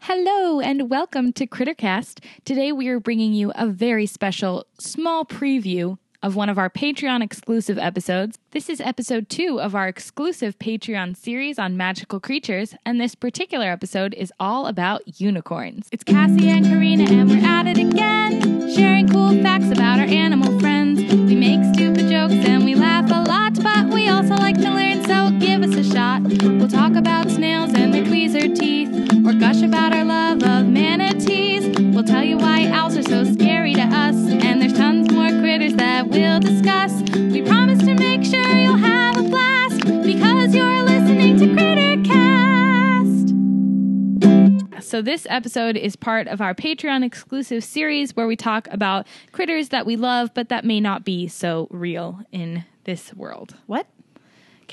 Hello and welcome to Crittercast. Today we are bringing you a very special small preview of one of our Patreon exclusive episodes. This is episode 2 of our exclusive Patreon series on magical creatures, and this particular episode is all about unicorns. It's Cassie and Karina and we're at it again, sharing cool facts about our animal friends. We make stupid jokes and we laugh a lot, but we also like to learn, so give us a shot. We'll talk about snails and their tweezer teeth, or gush about our love of manatees. We'll tell you why owls are so scary to us, and there's tons more critters that we'll discuss. We promise to make sure you'll have a blast because you're listening to Crittercast. So, this episode is part of our Patreon exclusive series where we talk about critters that we love but that may not be so real in this world. What?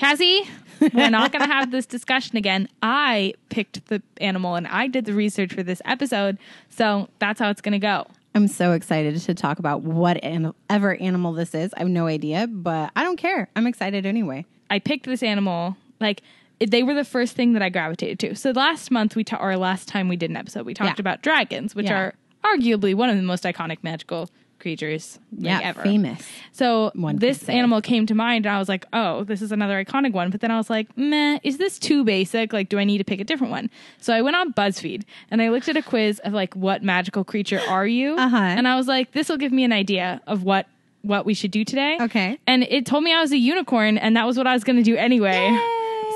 Cassie, we're not going to have this discussion again. I picked the animal and I did the research for this episode. So that's how it's going to go. I'm so excited to talk about whatever animal this is. I have no idea, but I don't care. I'm excited anyway. I picked this animal. Like, it- they were the first thing that I gravitated to. So last month, we ta- or last time we did an episode, we talked Yeah. about dragons, which Yeah. are arguably one of the most iconic magical creatures like, yeah, ever. famous. So One could this say. animal came to mind, and I was like, "Oh, this is another iconic one." But then I was like, "Meh, is this too basic? Like, do I need to pick a different one?" So I went on BuzzFeed and I looked at a quiz of like, "What magical creature are you?" Uh-huh. And I was like, "This will give me an idea of what what we should do today." Okay. And it told me I was a unicorn, and that was what I was going to do anyway.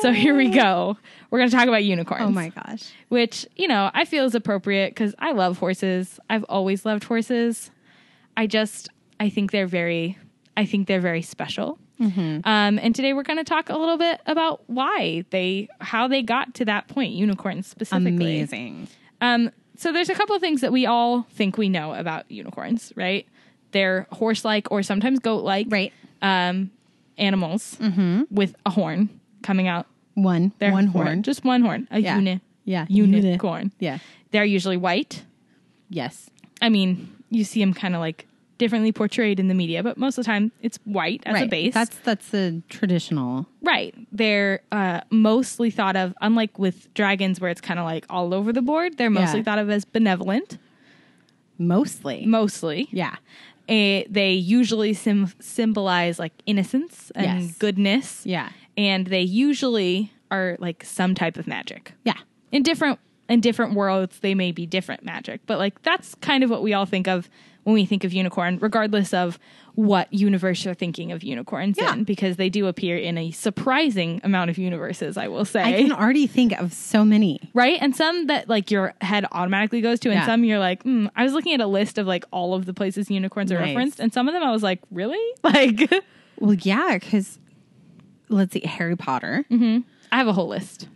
So here we go. We're going to talk about unicorns Oh my gosh. which you know I feel is appropriate because I love horses. I've always loved horses. I just I think they're very I think they're very special. Mm-hmm. Um, and today we're going to talk a little bit about why they how they got to that point. Unicorns specifically. Amazing. Um, so there's a couple of things that we all think we know about unicorns, right? They're horse-like or sometimes goat-like, Right. Um, animals with a horn coming out. One. Their one horn. just one horn, a yeah. uni, yeah. unicorn. Yeah. They're usually white. Yes. I mean, you see them kind of like differently portrayed in the media, but most of the time it's white as right. a base. That's that's the traditional. right. They're uh, mostly thought of, unlike with dragons where it's kind of like all over the board, they're mostly Yeah. thought of as benevolent, Mostly. mostly. yeah. Eh, they usually sim- symbolize like innocence and Yes. goodness, Yeah. and they usually are like some type of magic. Yeah. in different in different worlds they may be different magic but like that's kind of what we all think of when we think of unicorn regardless of what universe you're thinking of unicorns Yeah. in because they do appear in a surprising amount of universes i will I say can already think of so many. right and some that like your head automatically goes to and Yeah. some you're like hmm i was looking at a list of like all of the places unicorns are Nice. referenced and some of them i was like really like Well, yeah, because let's see, Harry Potter. Mm-hmm. i have a whole list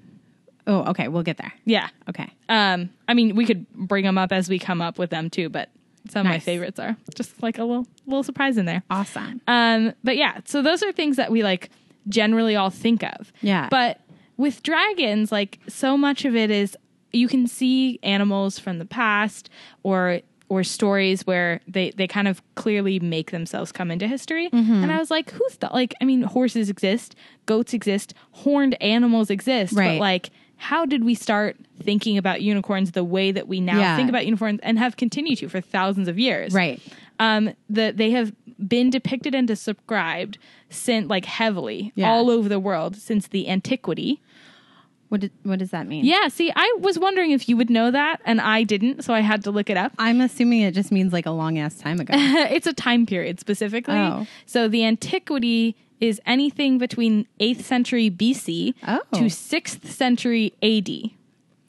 Oh, okay. We'll get there. yeah Okay. Um, I mean, we could bring them up as we come up with them too, but some of my Nice. favorites are just like a little little surprise in there. Awesome. Um, but yeah, so those are things that we like generally all think of. Yeah. But with dragons, like so much of it is you can see animals from the past or or stories where they they kind of clearly make themselves come into history. Mm-hmm. And I was like, who thought like I mean, horses exist, goats exist, horned animals exist, but Right. like how did we start thinking about unicorns the way that we now Yeah. think about unicorns and have continued to for thousands of years? Right. um, that they have been depicted and described sent like heavily Yeah. all over the world since the antiquity. What did, what does that mean? Yeah, see, I was wondering if you would know that, and I didn't, so I had to look it up. I'm assuming it just means like a long ass time ago. it's a time period specifically. Oh. So the antiquity is anything between 8th century BC Oh. to 6th century AD.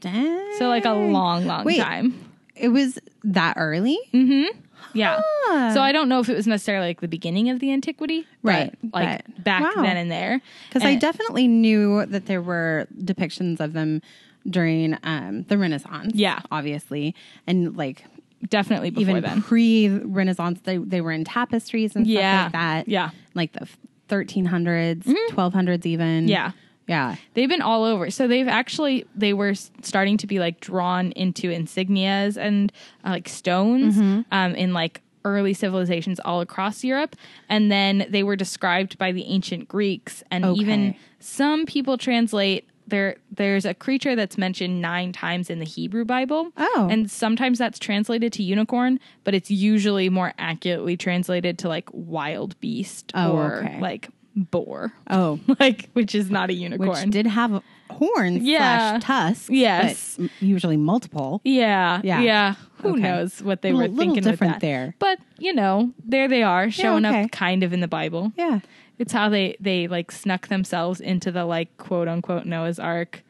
Dang. So like a long, long Wait. time. It was that early? Mm-hmm. Yeah. Huh. So I don't know if it was necessarily like the beginning of the antiquity, but, Right, Like but- back wow. then and there. Because I And- definitely knew that there were depictions of them during um, the Renaissance. Yeah. Obviously. And like definitely before even then. pre Renaissance, they, they were in tapestries and Yeah. stuff like that. Yeah. Mm-hmm. Like the 1300s, 1200s, even. Yeah. Yeah. They've been all over. So they've actually they were s- starting to be like drawn into insignias and uh, like stones Mm-hmm. um, in like early civilizations all across Europe, and then they were described by the ancient Greeks, and even Okay. some people translate there there's a creature that's mentioned nine times in the Hebrew Bible. Oh. and sometimes that's translated to unicorn, but it's usually more accurately translated to like wild beast Oh, or okay. like boar, Oh, like which is not a unicorn. which did have horns Yeah. slash tusks. Yes. but m- usually multiple. yeah, Yeah. yeah, Who Okay. knows what they Little- were little thinking with different that. there. but you know, there they are showing okay. up kind of in the Bible. Yeah. It's how they they like snuck themselves into the like quote unquote Noah's Ark.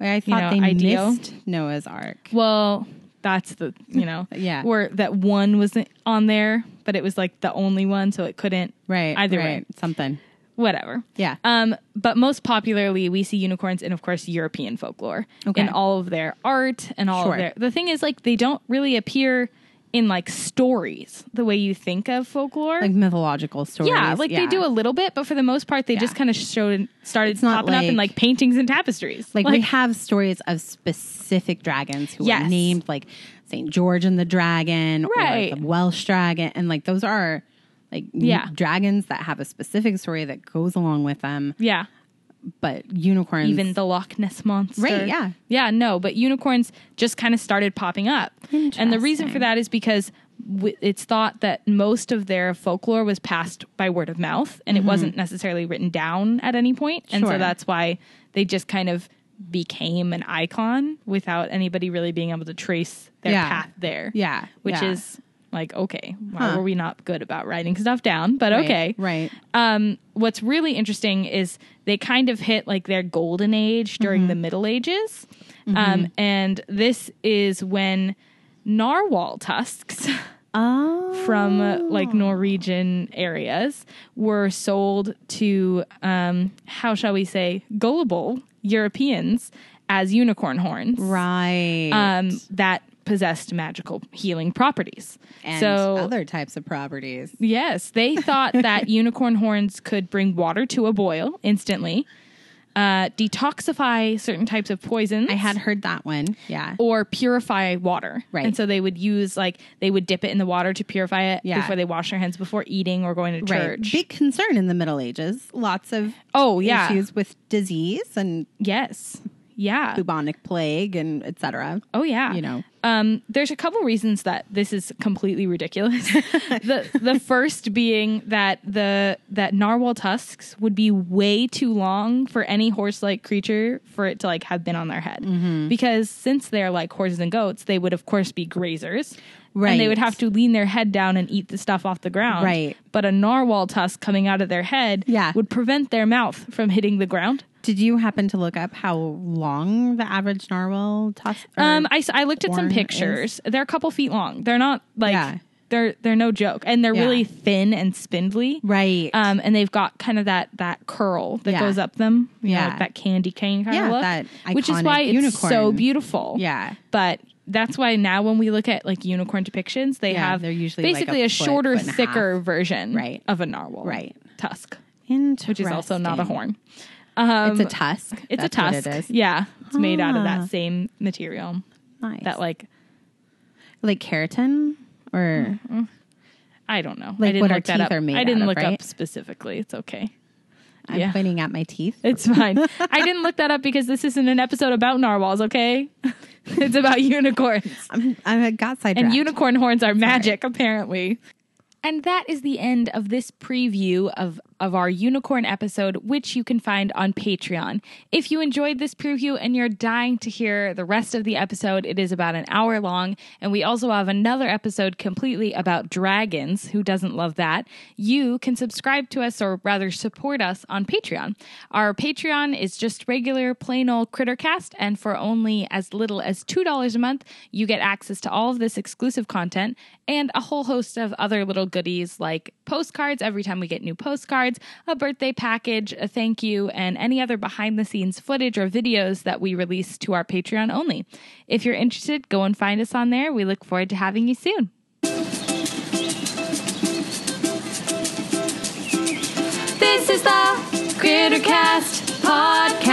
I thought know, they ideal. missed Noah's Ark. Well, that's the you know Yeah. where that one was on there, but it was like the only one, so it couldn't Right. either way right, Something. whatever. Yeah. Um, but most popularly, we see unicorns in, of course, European folklore Okay. in all of their art and all Sure. of their. The thing is, like, they don't really appear in like stories the way you think of folklore. Like mythological stories. yeah, like they do a little bit, but for the most part, they just kind of showed started It's not popping up in like- like paintings and tapestries. Like, we have stories of specific dragons who are Yes. named like St. George and the dragon or Right. the Welsh dragon. And like those are like n- Yeah. dragons that have a specific story that goes along with them. yeah, But unicorns. even the Loch Ness monster. Right, yeah. Yeah, no, but unicorns just kind of started popping up. And the reason for that is because w- it's thought that most of their folklore was passed by word of mouth and it wasn't necessarily written down at any point. And Mm-hmm. Sure. so that's why they just kind of became an icon without anybody really being able to trace their Yeah. path there. Yeah, Which yeah. is like, okay, why Huh. were we not good about writing stuff down? But Right, okay. Right. Um, what's really interesting is they kind of hit like their golden age during Mm-hmm. the Middle Ages. Um, and this is when narwhal tusks Oh. from uh, like Norwegian areas were sold to, um, how shall we say, gullible Europeans as unicorn horns. Right. Um, that possessed magical healing properties. and so other types of properties. Yes, they thought that unicorn horns could bring water to a boil instantly, uh, detoxify certain types of poisons. I had heard that one. Yeah. Or purify water. Right. And so they would use, like, they would dip it in the water to purify it Yeah. before they wash their hands before eating or going to Right. church. Big concern in the Middle Ages. Lots of Oh, yeah. issues with disease and Yes. Yeah. bubonic plague and etc. Oh yeah, You know. Um, there's a couple reasons that this is completely ridiculous. the the first being that the that narwhal tusks would be way too long for any horse like creature for it to like have been on their head, Mm-hmm. because since they're like horses and goats, they would of course be grazers, And Right. they would have to lean their head down and eat the stuff off the ground, Right. But a narwhal tusk coming out of their head, Yeah. would prevent their mouth from hitting the ground. Did you happen to look up how long the average narwhal tusk? or- Um, I, s- I looked at horn some is? pictures. They're a couple feet long. They're not like Yeah. they're they're no joke, and they're Yeah. really thin and spindly. right. Um, and they've got kind of that that curl that Yeah. goes up them. You Yeah. know, like that candy cane kind Yeah, of look. that which is iconic why it's so unicorn. beautiful. Yeah. But that's why now when we look at like unicorn depictions, they Yeah, have they're usually, like, basically a a, foot, shorter, foot and a thicker half. version Right. of a narwhal Right. tusk, Interesting. which is also not a horn. Um, it's a tusk. It's That's a what tusk. It is. Yeah, it's made out of Ah. that same material. Nice. That like like keratin or Mm-hmm. I don't know. Like I didn't what look our that teeth up. are made I didn't out of, look right? up specifically. It's okay. I'm Yeah. pointing at my teeth. It's fine. I didn't look that up because this isn't an episode about narwhals, okay? it's about unicorns. I'm, I got sidetracked. And unicorn horns are magic, apparently. And that is the end of this preview of, of our unicorn episode, which you can find on Patreon. If you enjoyed this preview and you're dying to hear the rest of the episode, it is about an hour long. And we also have another episode completely about dragons. Who doesn't love that? You can subscribe to us, or rather, support us on Patreon. Our Patreon is just regular, plain old Crittercast. And for only as little as $2 a month, you get access to all of this exclusive content and a whole host of other little goodies like postcards every time we get new postcards, a birthday package, a thank you, and any other behind the scenes footage or videos that we release to our Patreon only. If you're interested, go and find us on there. We look forward to having you soon. This is the Crittercast podcast.